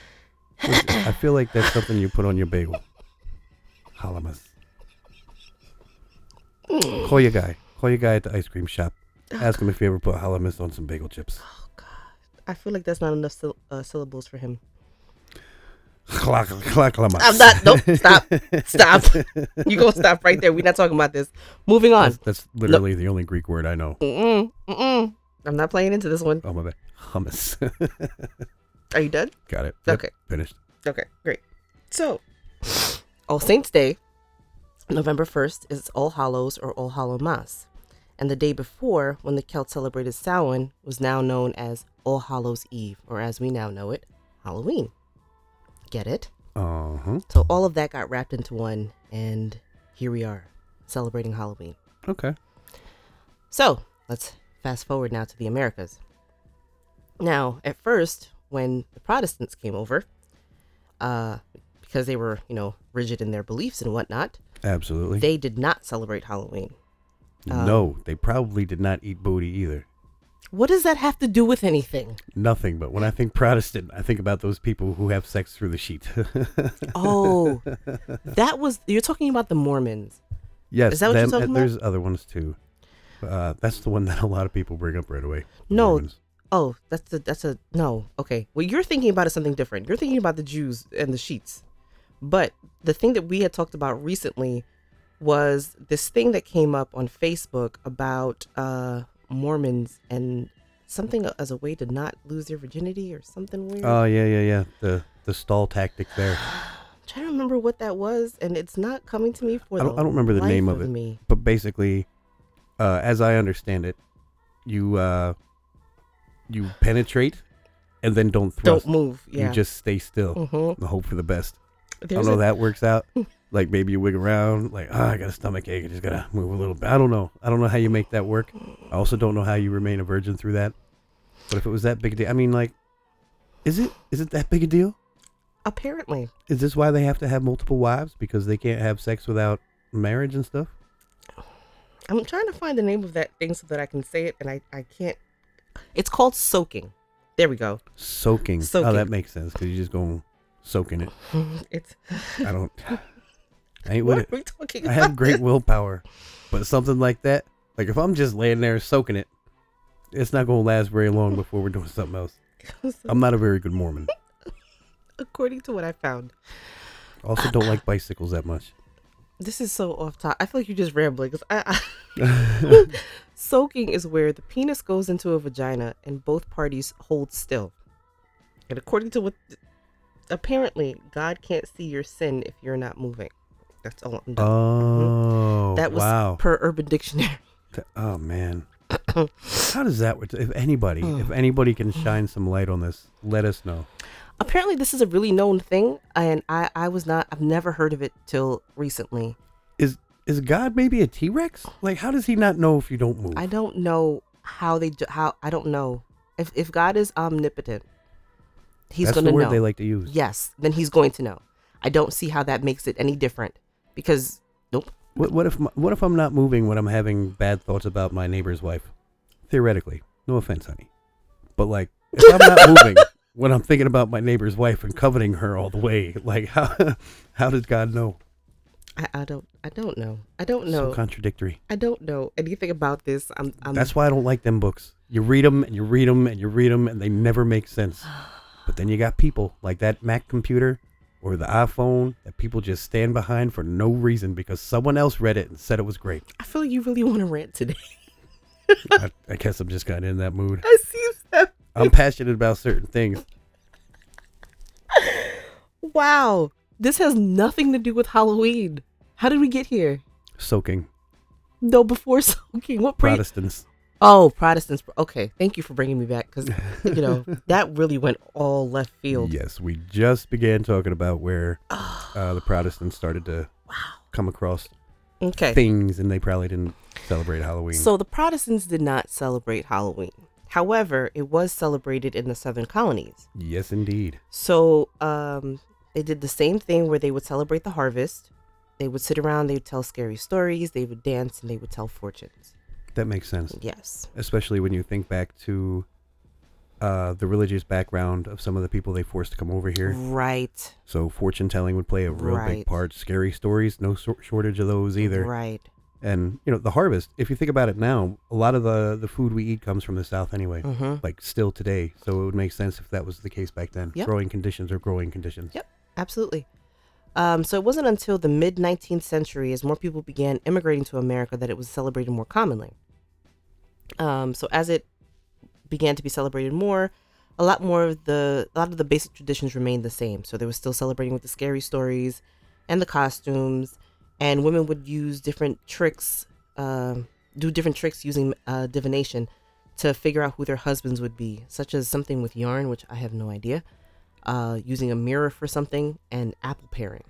S2: I feel like that's something you put on your bagel. Holomus.
S1: Mm.
S2: Call your guy. Call your guy at the ice cream shop. Ask him if he ever put Holomus on some bagel chips.
S1: I feel like that's not enough syl- uh, syllables for him.
S2: Clack, clack, clack,
S1: I'm not. Nope. Stop. Stop. you gonna stop right there. We're not talking about this. Moving on.
S2: That's, that's literally the only Greek word I know.
S1: Mm-mm, mm-mm. I'm not playing into this one.
S2: Oh, my bad. Hummus.
S1: Are you done?
S2: Got it.
S1: Okay.
S2: Finished.
S1: Okay. Great. So, All Saints Day, November 1st is All Hallows or All Hallow Mass, and the day before, when the Celts celebrated Samhain, was now known as All Hallows Eve, or as we now know it, Halloween. Get it?
S2: Uh huh.
S1: So all of that got wrapped into one, and here we are celebrating Halloween.
S2: Okay.
S1: So let's fast forward now to the Americas. Now, at first, when the Protestants came over, uh, because they were, you know, rigid in their beliefs and whatnot,
S2: Absolutely.
S1: they did not celebrate Halloween. um,
S2: no, they probably did not eat booty either.
S1: What does that have to do with anything?
S2: Nothing. But when I think Protestant, I think about those people who have sex through the sheet.
S1: Oh, that was, you're talking about the Mormons.
S2: yes.
S1: Is that what you're
S2: them-
S1: talking
S2: and
S1: about?
S2: There's other ones too. Uh, that's the one that a lot of people bring up right away. the
S1: No.
S2: Mormons.
S1: Oh, that's a, that's a, no, okay. What you're thinking about is something different. You're thinking about the Jews and the sheets. But the thing that we had talked about recently was this thing that came up on Facebook about uh, Mormons and something as a way to not lose their virginity or something weird.
S2: Oh yeah, yeah, yeah. The the stall tactic there.
S1: I'm trying to remember what that was, and it's not coming to me for
S2: I
S1: the
S2: don't- I don't remember the
S1: life
S2: name of it.
S1: Me.
S2: but basically, uh, as I understand it, you uh, you penetrate and then don't thrust.
S1: Don't move. Yeah.
S2: You just stay still
S1: Mhm.
S2: and hope for the best. I don't
S3: There's
S2: know
S3: a,
S2: that works out. Like maybe you wiggle around, like ah, I got a stomach ache. I just gotta move a little bit. I don't know. I don't know how you make that work. I also don't know how you remain a virgin through that. But if it was that big a deal, I mean, like, is it is it that big a deal?
S1: Apparently,
S2: Is this why they have to have multiple wives because they can't have sex without marriage and stuff?
S3: I'm trying to find the name of that thing so that I can say it, and I, I can't.
S1: it's called soaking.
S3: There we go.
S2: Soaking. Oh,
S3: Soaking.
S2: that makes sense because you're just going soaking it.
S3: It's
S2: I don't. I ain't with
S3: what
S2: it.
S3: are we talking
S2: I
S3: about?
S2: have great willpower, but something like that, like if I'm just laying there soaking it, it's not going to last very long before we're doing something else. I'm not a very good Mormon.
S3: According to what I found,
S2: Also, don't like bicycles that much.
S3: this is so off top. I feel like you're just rambling. 'cause I, I Soaking is where the penis goes into a vagina and both parties hold still. And according to what, apparently, God can't see your sin if you're not moving. That's all I'm done.
S2: Oh,
S3: that was
S2: wow.
S3: per Urban Dictionary.
S2: Th- Oh man, how does that? work? If anybody,
S1: Hmm.
S2: if anybody can shine some light on this, let us know.
S1: Apparently, this is a really known thing, and I I was not I've never heard of it till recently.
S2: Is is God maybe a T Rex? Like, how does he not know if you don't move?
S1: I don't know how they ju- how I don't know if if God is omnipotent, he's
S2: That's
S1: going to
S2: the word
S1: know.
S2: they like to use.
S1: yes, then he's going to know. I don't see how that makes it any different because nope.
S2: What, what if my, what if I'm not moving when I'm having bad thoughts about my neighbor's wife? Theoretically, no offense, honey, but like if I'm not moving when I'm thinking about my neighbor's wife and coveting her all the way, like how how does God know?
S3: I, I don't. I don't know. I don't know.
S2: So contradictory.
S3: I don't know anything about this. I'm. I'm
S2: That's why I don't like them books. You read them and you read them and you read them and they never make sense. But then you got people like that Mac computer or the iPhone that people just stand behind for no reason because someone else read it and said it was great.
S3: I feel like you really want to rant today.
S2: I, I guess I'm just kind of in that mood.
S3: I see that.
S2: I'm passionate about certain things.
S3: Wow.
S1: This has nothing to do with Halloween. How did we get here?
S2: Soaking
S1: No, before soaking. What pre-
S2: Protestants.
S1: Oh, Protestants. Okay.
S3: Thank you for bringing me back because you know that really went all left field.
S2: Yes, we just began talking about where
S1: Ah.
S2: uh, the Protestants started to come across
S3: Okay.
S2: things, and they probably didn't celebrate Halloween.
S1: Eh. So the Protestants did not celebrate Halloween.
S3: However, it was celebrated in the southern colonies.
S2: yes, indeed.
S3: So um, they did the same thing where they would celebrate the harvest. They would sit around. They would tell scary stories. They would dance and they would tell fortunes.
S2: That makes sense,
S3: Yes.
S2: especially when you think back to uh, the religious background of some of the people they forced to come over here.
S1: Right.
S2: So fortune telling would play a real
S1: Mm. Right.
S2: big part. Scary stories, no sor- shortage of those either.
S1: Right.
S2: and you know the harvest if you think about it now a lot of the the food we eat comes from the south anyway
S1: Mm-hmm.
S2: like still today so it would make sense if that was the case back then
S1: Yep.
S2: growing conditions are growing conditions
S1: Yep. Absolutely. Um, so it wasn't until the mid 19th century, as more people began immigrating to America, that it was celebrated more commonly. Um, so as it began to be celebrated more, a lot more of the a lot of the basic traditions remained the same. So they were still celebrating with the scary stories, and the costumes, and women would use different tricks, um, do different tricks using uh, divination to figure out who their husbands would be, such as something with yarn, which I have no idea, uh, using a mirror for something, and apple pairing.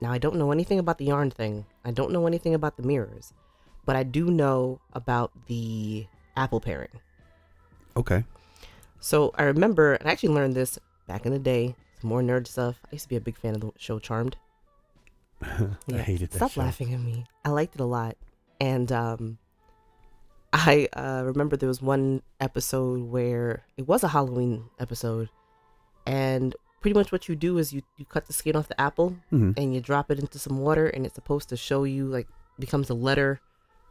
S1: Now, I don't know anything about the yarn thing. I don't know anything about the mirrors, but I do know about the apple pairing.
S2: okay
S1: So I remember, and I actually learned this back in the day, some more nerd stuff. I used to be a big fan of the show Charmed.
S2: i hated that
S1: Stop
S2: show.
S1: laughing at me. I liked it a lot. And um, I uh, remember there was one episode where it was a Halloween episode. And pretty much what you do is you, you cut the skin off the apple
S2: Mhm.
S1: and you drop it into some water. And it's supposed to show you, like, becomes the letter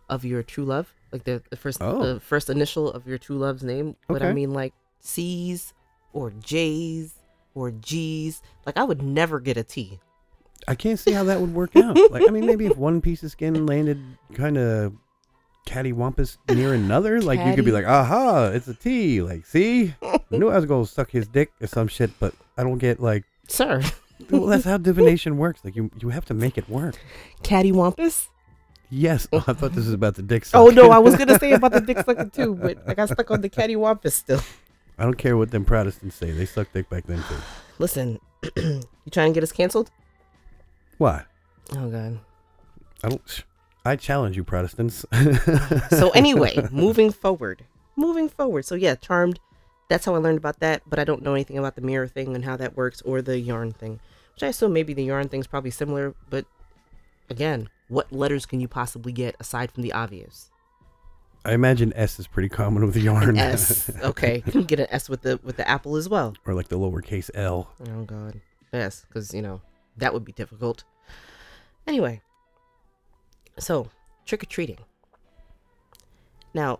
S1: of your true love. Like the, the first
S2: Oh.
S1: the first initial of your true love's name. But I
S2: Okay.
S1: mean, like C's or J's or G's. Like, I would never get a T.
S2: i can't see how that would work out like i mean maybe if one piece of skin landed kind of cattywampus near another like you could be
S1: Catty-
S2: like aha it's a t like see i knew i was gonna suck his dick or some shit but i don't get like
S1: Sir.
S2: well that's how divination works like you you have to make it work
S1: cattywampus.
S2: yes oh, i thought this was about the dick
S3: Oh
S2: sucking.
S3: no, I was gonna say about the dick sucking too, but I got stuck on the cattywampus still.
S2: I don't care what them Protestants say. They sucked dick back then too.
S1: Listen, you trying to get us canceled?
S2: Why?
S1: Oh god.
S2: I don't. I challenge you, Protestants.
S1: So anyway, moving forward. Moving forward. So yeah, charmed. That's how I learned about that, but I don't know anything about the mirror thing and how that works or the yarn thing. Which I assume maybe the yarn thing's probably similar, but again, what letters can you possibly get aside from the obvious?
S2: I imagine S is pretty common with yarn.
S1: S. Okay. You can get an S with the with the apple as well.
S2: or like the lowercase L.
S1: Oh god. Yes, because you know, that would be difficult. Anyway. So, trick or treating. Now,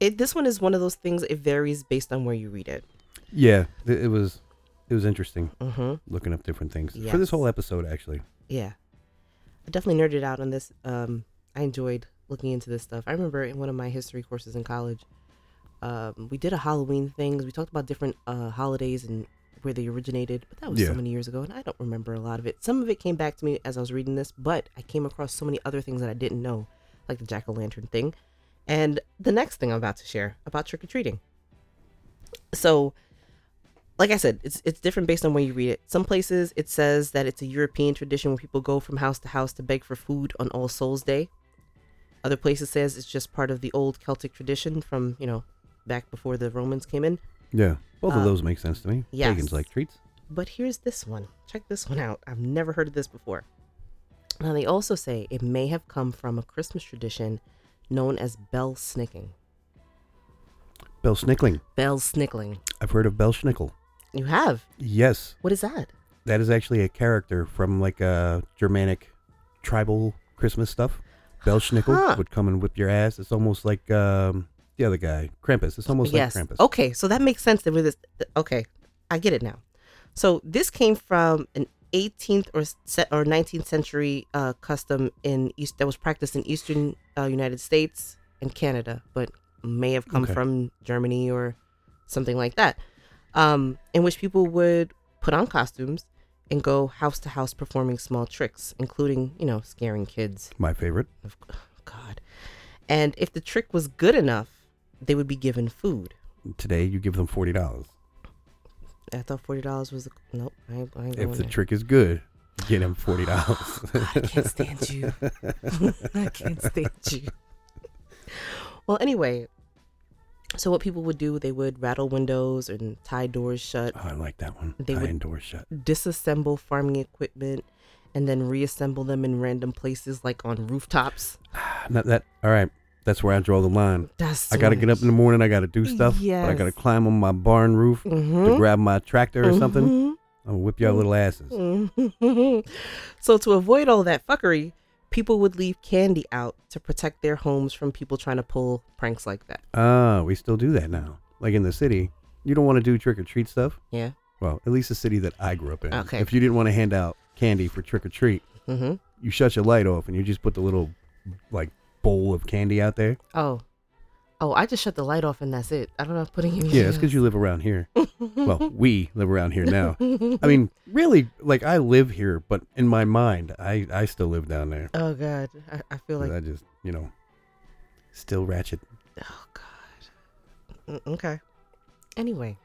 S1: it, this one is one of those things it varies based on where you read it.
S2: Yeah, th- it was. It was interesting
S1: Mm-hmm.
S2: looking up different things for this
S1: Yes.
S2: whole episode, actually.
S1: Yeah. I definitely nerded out on this. Um, I enjoyed looking into this stuff. I remember in one of my history courses in college, um, we did a Halloween things. We talked about different uh, holidays and where they originated, but that was so
S2: Yeah.
S1: many years ago, and I don't remember a lot of it. Some of it came back to me as I was reading this, but I came across so many other things that I didn't know, like the jack o' lantern thing, and the next thing I'm about to share about trick or treating. So, like I said, it's it's different based on where you read it. Some places it says that it's a European tradition where people go from house to house to beg for food on All Souls Day. Other places says it's just part of the old Celtic tradition from you know back before the Romans came in.
S2: Yeah, both
S1: Uh,
S2: of those make sense to me.
S1: yes.
S2: Pagans like treats.
S1: But here's this one. Check this one out. I've never heard of this before. Now they also say it may have come from a Christmas tradition known as bell snicking.
S2: Bell Snickling.
S1: Bell snickling.
S2: I've heard of Bell Schnickel.
S1: You have.
S2: Yes,
S1: What is that?
S2: that is actually a character from like a Germanic tribal Christmas stuff. Bell Schnickel
S1: Huh.
S2: would come and whip your ass. It's almost like um, the other guy, Krampus. It's almost
S1: yes. Oh.
S2: like Krampus.
S1: Okay, so that makes sense. That with this, okay, I get it now. So this came from an 18th or se- or 19th century uh, custom in East that was practiced in Eastern uh, United States and Canada, but may have come
S2: Okay.
S1: from Germany or something like that, um, in which people would put on costumes and go house to house performing small tricks, including you know scaring kids
S2: My favorite.
S1: of oh, God. And if the trick was good enough, they would be given food.
S2: Today, you give them forty dollars.
S1: I thought forty dollars was a, nope. I, ain't- I ain't going
S2: If the
S1: there.
S2: trick is good, you get him forty dollars.
S1: God, I can't stand you. I can't stand you. Well, anyway, so what people would do, they would rattle windows and tie doors shut,
S2: Oh, I like that one.
S1: They
S2: They
S1: would-
S2: door shut.
S1: disassemble farming equipment, and then reassemble them in random places like on rooftops.
S2: Ah, Not that. All right. That's where I draw the line.
S1: That's
S2: I gotta get up in the morning. I gotta do stuff. But I
S1: Yes. Mm-hmm.
S2: gotta climb on my barn roof to grab my tractor or something. I'll whip your little asses.
S1: Mm-hmm. so to avoid all that fuckery, people would leave candy out to protect their homes from people trying to pull pranks like that.
S2: Ah, we still do that now. Like in the city, you don't want to do trick or treat stuff.
S1: Yeah.
S2: Well, at least the city that I grew up in.
S1: Okay.
S2: If you didn't want to hand out candy for trick or treat,
S1: Mm-hmm.
S2: you shut your light off and you just put the little like bowl of candy out there.
S1: Oh. Oh, I just shut the light off and that's it. I don't know if putting anything.
S2: Yeah, it's because
S1: else.
S2: you live around here. well, we live around here now. I mean, really, like I live here, but in my mind, I I still live down there.
S1: Oh God, I, I feel
S2: 'Cause
S1: like
S2: I just, you know, still ratchet.
S1: oh God. Mm, Okay. Anyway.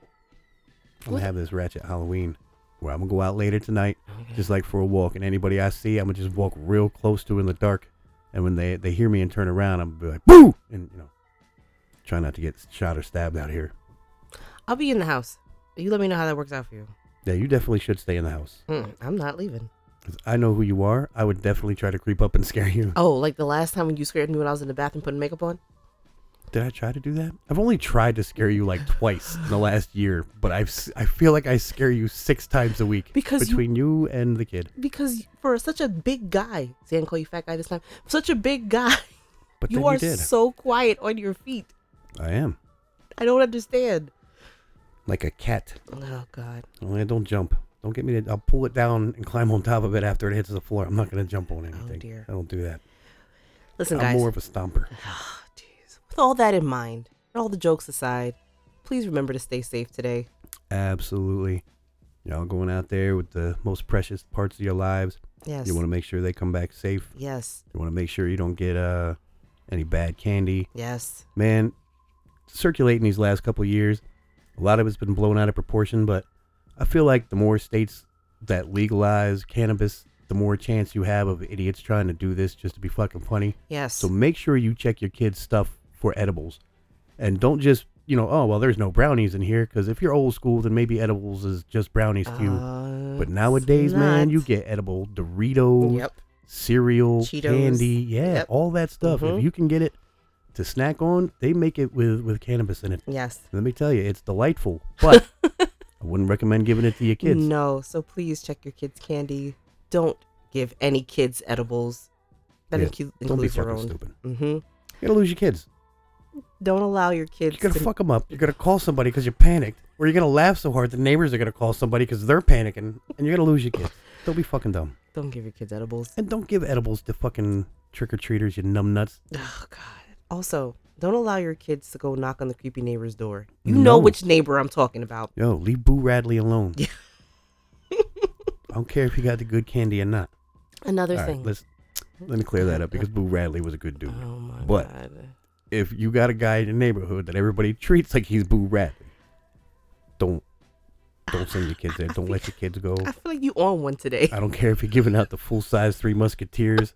S1: What-
S2: I'm gonna have this ratchet Halloween where I'm gonna go out later tonight,
S1: Oh,
S2: just like for a walk, and anybody I see, I'm gonna just walk real close to in the dark, and when they they hear me and turn around, I'm gonna be like, boo, and you know, try not to get shot or stabbed out here.
S1: I'll be in the house. You let me know how that works out for you.
S2: Yeah, you definitely should stay in the house.
S1: Mm, I'm not leaving.
S2: 'Cause I know who you are. I would definitely try to creep up and scare you.
S1: Oh, like the last time when you scared me when I was in the bathroom putting makeup on?
S2: Did I try to do that? I've only tried to scare you like twice in the last year, but I've s- I feel like I scare you six times a week
S1: Because you-
S2: between you, and the kid.
S1: because for such a big guy, see, I didn't call you fat guy this time. Such a big guy,
S2: But
S1: you
S2: then
S1: are
S2: you did.
S1: so quiet on your feet.
S2: I am
S1: I don't understand.
S2: like a cat.
S1: Oh God.
S2: Only I don't jump. Don't get me to. I'll pull it down and climb on top of it after it hits the floor. I'm not gonna jump on anything.
S1: Oh, dear.
S2: I don't do that.
S1: Listen,
S2: I'm
S1: guys.
S2: more of a stomper.
S1: Jeez. With all that in mind, and all the jokes aside, please remember to stay safe today.
S2: Absolutely. Y'all going out there with the most precious parts of your lives.
S1: Yes.
S2: You want to make sure they come back safe.
S1: yes.
S2: You want to make sure you don't get uh any bad candy.
S1: Yes.
S2: man, circulating these last couple of years, a lot of it's been blown out of proportion. But I feel like the more states that legalize cannabis, the more chance you have of idiots trying to do this just to be fucking funny.
S1: Yes.
S2: So make sure you check your kids' stuff for edibles, and don't just you know oh well there's no brownies in here because if you're old school then maybe edibles is just brownies to you.
S1: Uh,
S2: But
S1: it's
S2: nowadays, man,
S1: not-
S2: you get edible Doritos,
S1: Yep.
S2: cereal,
S1: Cheetos.
S2: candy, yeah,
S1: Yep.
S2: all that stuff.
S1: Mhm.
S2: If you can get it to snack on, they make it with with cannabis in it.
S1: Yes.
S2: Let me tell you, it's delightful, but I wouldn't recommend giving it to your kids.
S1: No. So please check your kids' candy. Don't give any kids edibles. That
S2: Yeah,
S1: inclu-
S2: Don't be
S1: includes your
S2: fucking
S1: own.
S2: stupid.
S1: Mm-hmm.
S2: You're gonna lose your kids.
S1: Don't allow your kids.
S2: You're gonna
S1: to-
S2: fuck them up. You're gonna call somebody because you're panicked, or you're gonna laugh so hard the neighbors are gonna call somebody because they're panicking, and you're gonna lose your kids. Don't be fucking dumb,
S1: Don't give your kids edibles.
S2: and don't give edibles to fucking trick or treaters. You numb nuts.
S1: Oh God. Also, don't allow your kids to go knock on the creepy neighbor's door. You know
S2: No.
S1: which neighbor I'm talking about.
S2: Yo, leave Boo Radley alone. I don't care if he got the good candy or not.
S1: Another
S2: All right,
S1: thing.
S2: let's let me clear that up because Boo Radley was a good dude.
S1: oh my
S2: but-
S1: God.
S2: If you got a guy in your neighborhood that everybody treats like he's Boo Radley, don't don't send your kids there. Don't let your kids go.
S1: I feel like you on one today.
S2: I don't care if you're giving out the full size Three Musketeers.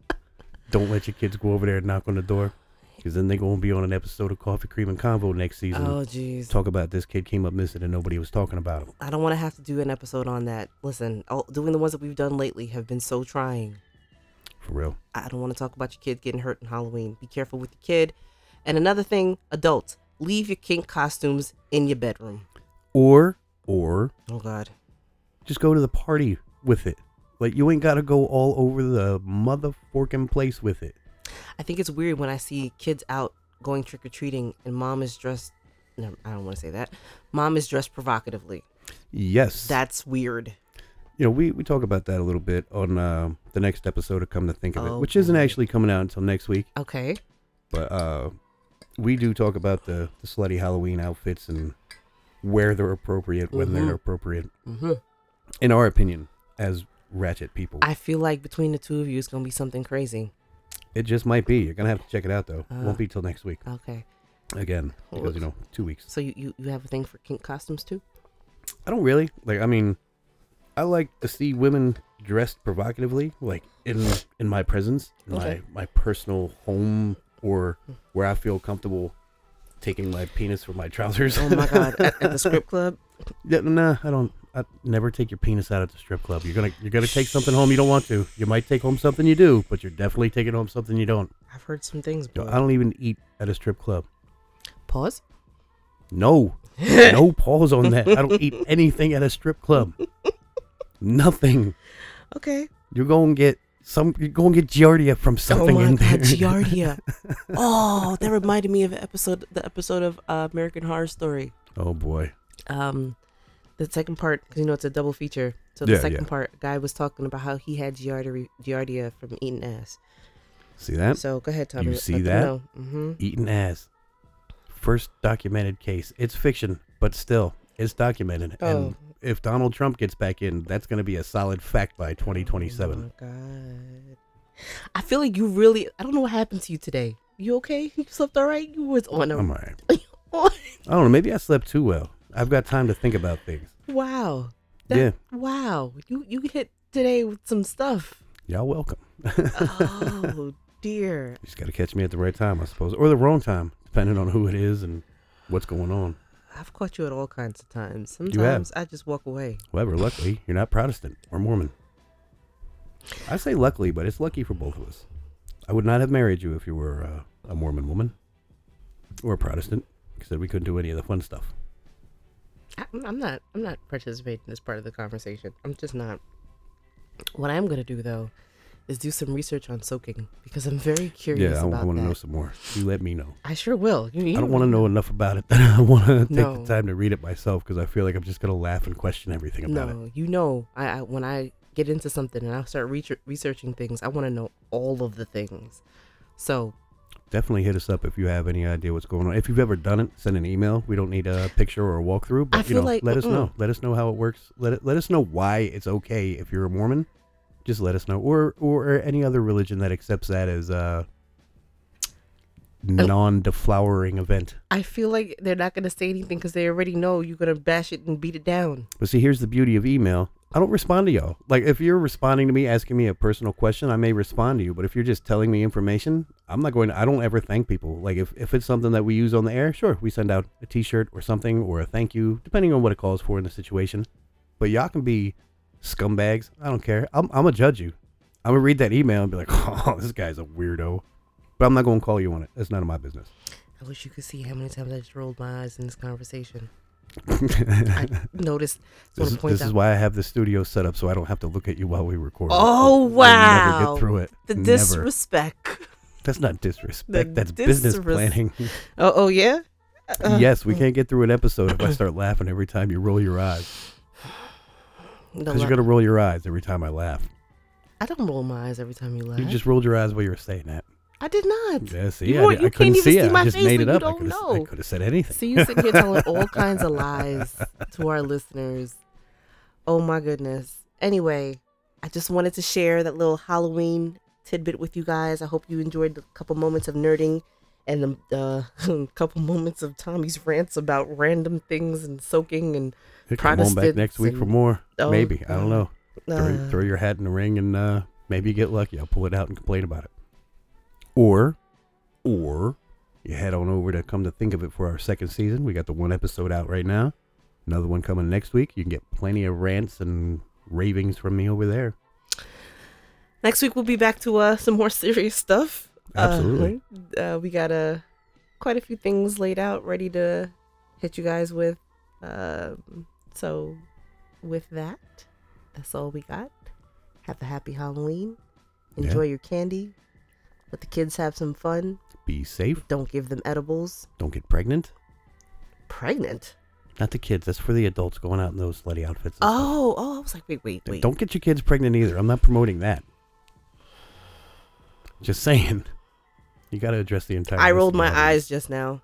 S2: Don't let your kids go over there and knock on the door because then they're going to be on an episode of Coffee Cream and Convo next season.
S1: Oh jeez.
S2: Talk about this kid came up missing and nobody was talking about him.
S1: I don't want to have to do an episode on that. Listen, all, doing the ones that we've done lately have been so trying.
S2: For real.
S1: I don't want to talk about your kid getting hurt on Halloween. Be careful with your kid. And another thing, adults, leave your kink costumes in your bedroom.
S2: Or, or,
S1: Oh God.
S2: just go to the party with it. Like you ain't gotta go all over the motherfucking place with it.
S1: I think it's weird when I see kids out going trick or treating and mom is dressed. No, I don't want to say that. Mom is dressed provocatively.
S2: Yes.
S1: That's weird.
S2: you know, we, we talk about that a little bit on uh, the next episode of Come to Think of It, which
S1: Okay.
S2: isn't actually coming out until next week.
S1: Okay.
S2: But uh, we do talk about the, the slutty Halloween outfits and where they're appropriate, when
S1: Mhm.
S2: they're appropriate,
S1: hmm
S2: in our opinion, as ratchet people.
S1: I feel like between the two of you, it's gonna be something crazy.
S2: it just might be. You're gonna have to check it out though.
S1: Uh.
S2: Won't be till next week
S1: Okay.
S2: again because you know two weeks.
S1: So you, you, you have a thing for kink costumes too?
S2: I don't really like. I mean, I like to see women dressed provocatively, like in in my presence, in
S1: Okay.
S2: my my personal home, or where I feel comfortable taking my penis from my trousers.
S1: Oh my god! At, at the strip club,
S2: yeah, nah, I don't. I never take your penis out at the strip club. You're gonna you're gonna take something home you don't want to. You might take home something you do, but you're definitely taking home something you don't.
S1: I've heard some things.
S2: Yo,
S1: before.
S2: I don't even eat at a strip club.
S1: Pause.
S2: No, no pause on that. I don't eat anything at a strip club. Nothing.
S1: Okay.
S2: You're gonna get some. You're gonna get giardia from something
S1: oh my
S2: in there.
S1: god, Giardia! oh, that reminded me of an episode, the episode of uh, American Horror Story.
S2: oh boy.
S1: um the second part because you know it's a double feature so
S2: Yeah,
S1: the second
S2: yeah.
S1: part guy was talking about how he had giardia, giardia from eating ass
S2: See that?
S1: so go ahead tommy
S2: You see that?
S1: mm-hmm.
S2: Eating ass. First documented case. It's fiction, but still, it's documented.
S1: Oh.
S2: And if Donald Trump gets back in, that's gonna be a solid fact by 2027.
S1: oh my god i feel like you really i don't know what happened to you today you okay you slept all right you was on
S2: I'm
S1: a
S2: alright. I don't know. Maybe I slept too well. I've got time to think about things.
S1: wow
S2: Yeah.
S1: wow you you hit today with some stuff
S2: Y'all welcome.
S1: oh dear
S2: You just gotta catch me at the right time, I suppose, or the wrong time, depending on who it is and what's going on.
S1: i've caught you at all kinds of times
S2: have.
S1: sometimes i just walk away
S2: However, luckily, you're not Protestant or Mormon. I say luckily, but it's lucky for both of us. I would not have married you if you were uh, a Mormon woman or a Protestant, because then we couldn't do any of the fun stuff.
S1: I- I'm I'm not. I'm not participating in this part of the conversation. I'm just not. What I'm gonna do though is do some research on soaking because I'm very curious
S2: yeah, I,
S1: about
S2: want
S1: that.
S2: to know some more. You let me know.
S1: I sure will. You, you
S2: I don't want to know enough about it that I want to take
S1: No.
S2: the time to read it myself, because I feel like I'm just going to laugh and question everything about it.
S1: No, you know, I, I when I get into something and I start reach researching things, I want to know all of the things. So
S2: Definitely hit us up if you have any idea what's going on. If you've ever done it, send an email. We don't need a picture or a walkthrough, but
S1: I
S2: you
S1: feel
S2: know,
S1: like-
S2: let us
S1: mm-mm.
S2: know. Let us know how it works. Let it, let us know why it's okay if you're a Mormon. Just let us know, or or any other religion that accepts that as a
S1: Oh.
S2: non-deflowering event.
S1: I feel like they're not gonna say anything because they already know you're gonna bash it and beat it down.
S2: But see, here's the beauty of email. I don't respond to y'all. Like if you're responding to me asking me a personal question, I may respond to you. But if you're just telling me information, I'm not going to I don't ever thank people. Like if, if it's something that we use on the air, sure, we send out a t shirt or something or a thank you, depending on what it calls for in the situation. But y'all can be scumbags. I don't care. I'm I'm gonna judge you. I'm gonna read that email and be like, Oh, this guy's a weirdo. But I'm not gonna call you on it. That's none of my business.
S1: I wish you could see how many times I just rolled my eyes in this conversation. I noticed. I
S2: This,
S1: want
S2: is-
S1: to point
S2: this is
S1: out.
S2: why I have the studio set up so I don't have to look at you while we record.
S1: Oh
S2: I never
S1: wow!
S2: get through it.
S1: The
S2: Never.
S1: disrespect.
S2: That's not disrespect. That's business
S1: disres-
S2: planning.
S1: Oh, oh yeah. Uh,
S2: yes, we can't get through an episode if I start laughing every time you roll your eyes.
S1: No,
S2: Because you're gonna roll your eyes every time I laugh.
S1: I don't roll my eyes every time you laugh.
S2: You just rolled your eyes while you were saying that.
S1: I did not.
S2: Yeah, see,
S1: You
S2: I,
S1: weren't-
S2: did-
S1: you
S2: I couldn't
S1: can't even
S2: see
S1: see
S2: it.
S1: my
S2: I just
S1: face
S2: made
S1: when
S2: it
S1: you
S2: up. I
S1: don't
S2: could have. I
S1: know.
S2: could have said anything.
S1: So you sit here telling all kinds of lies to our listeners. Oh my goodness. Anyway, I just wanted to share that little Halloween tidbit with you guys. I hope you enjoyed the couple moments of nerding and the uh, couple moments of Tommy's rants about random things and soaking and
S2: Come on back next
S1: Protestants
S2: week for
S1: and-
S2: more.
S1: Oh,
S2: maybe I don't know. throw,
S1: uh,
S2: throw your hat in the ring and uh, maybe you get lucky. I'll pull it out and complain about it. Or, or you head on over to come to think of it for our second season. We got the one episode out right now. Another one coming next week. You can get plenty of rants and ravings from me over there.
S1: next week we'll be back to uh, some more serious stuff. Uh,
S2: Absolutely.
S1: uh, we got uh, quite a few things laid out, ready to hit you guys with. Um, so, with that, that's all we got. Have a happy Halloween.
S2: Yeah.
S1: Enjoy your candy. Let the kids have some fun.
S2: Be safe.
S1: Don't give them edibles.
S2: Don't get pregnant.
S1: Pregnant.
S2: Not the kids. That's for the adults going out in those slutty outfits. and stuff.
S1: Oh, oh, I was like, wait, wait, wait.
S2: Don't get your kids pregnant either. I'm not promoting that. Just saying. You got to address the entire.
S1: I rolled
S2: listening
S1: my
S2: audience.
S1: eyes just now.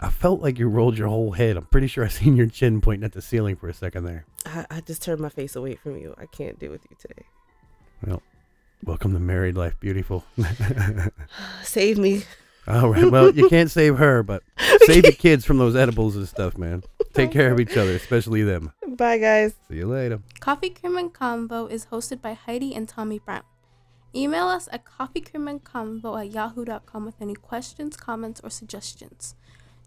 S2: I felt like you rolled your whole head. I'm pretty sure I seen your chin pointing at the ceiling for a second there.
S1: I, I just turned my face away from you. I can't deal with you today.
S2: Welcome to married life, beautiful.
S1: Save me.
S2: All right. Well, you can't save her, but save your kids from those edibles and stuff, man. Take care of each other, especially them.
S1: Bye, guys.
S2: See you later.
S4: Coffee Cream and Combo is hosted by Heidi and Tommy Brown. Email us at coffeecreamandcombo at yahoo.com with any questions, comments, or suggestions.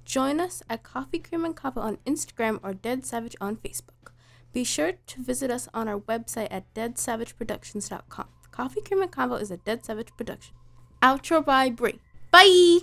S4: Join us at Coffee Cream and Combo on Instagram or Dead Savage on Facebook. Be sure to visit us on our website at deadsavageproductions.com. Coffee Cream and Combo is a Dead Savage production. Outro by Brie. Bye!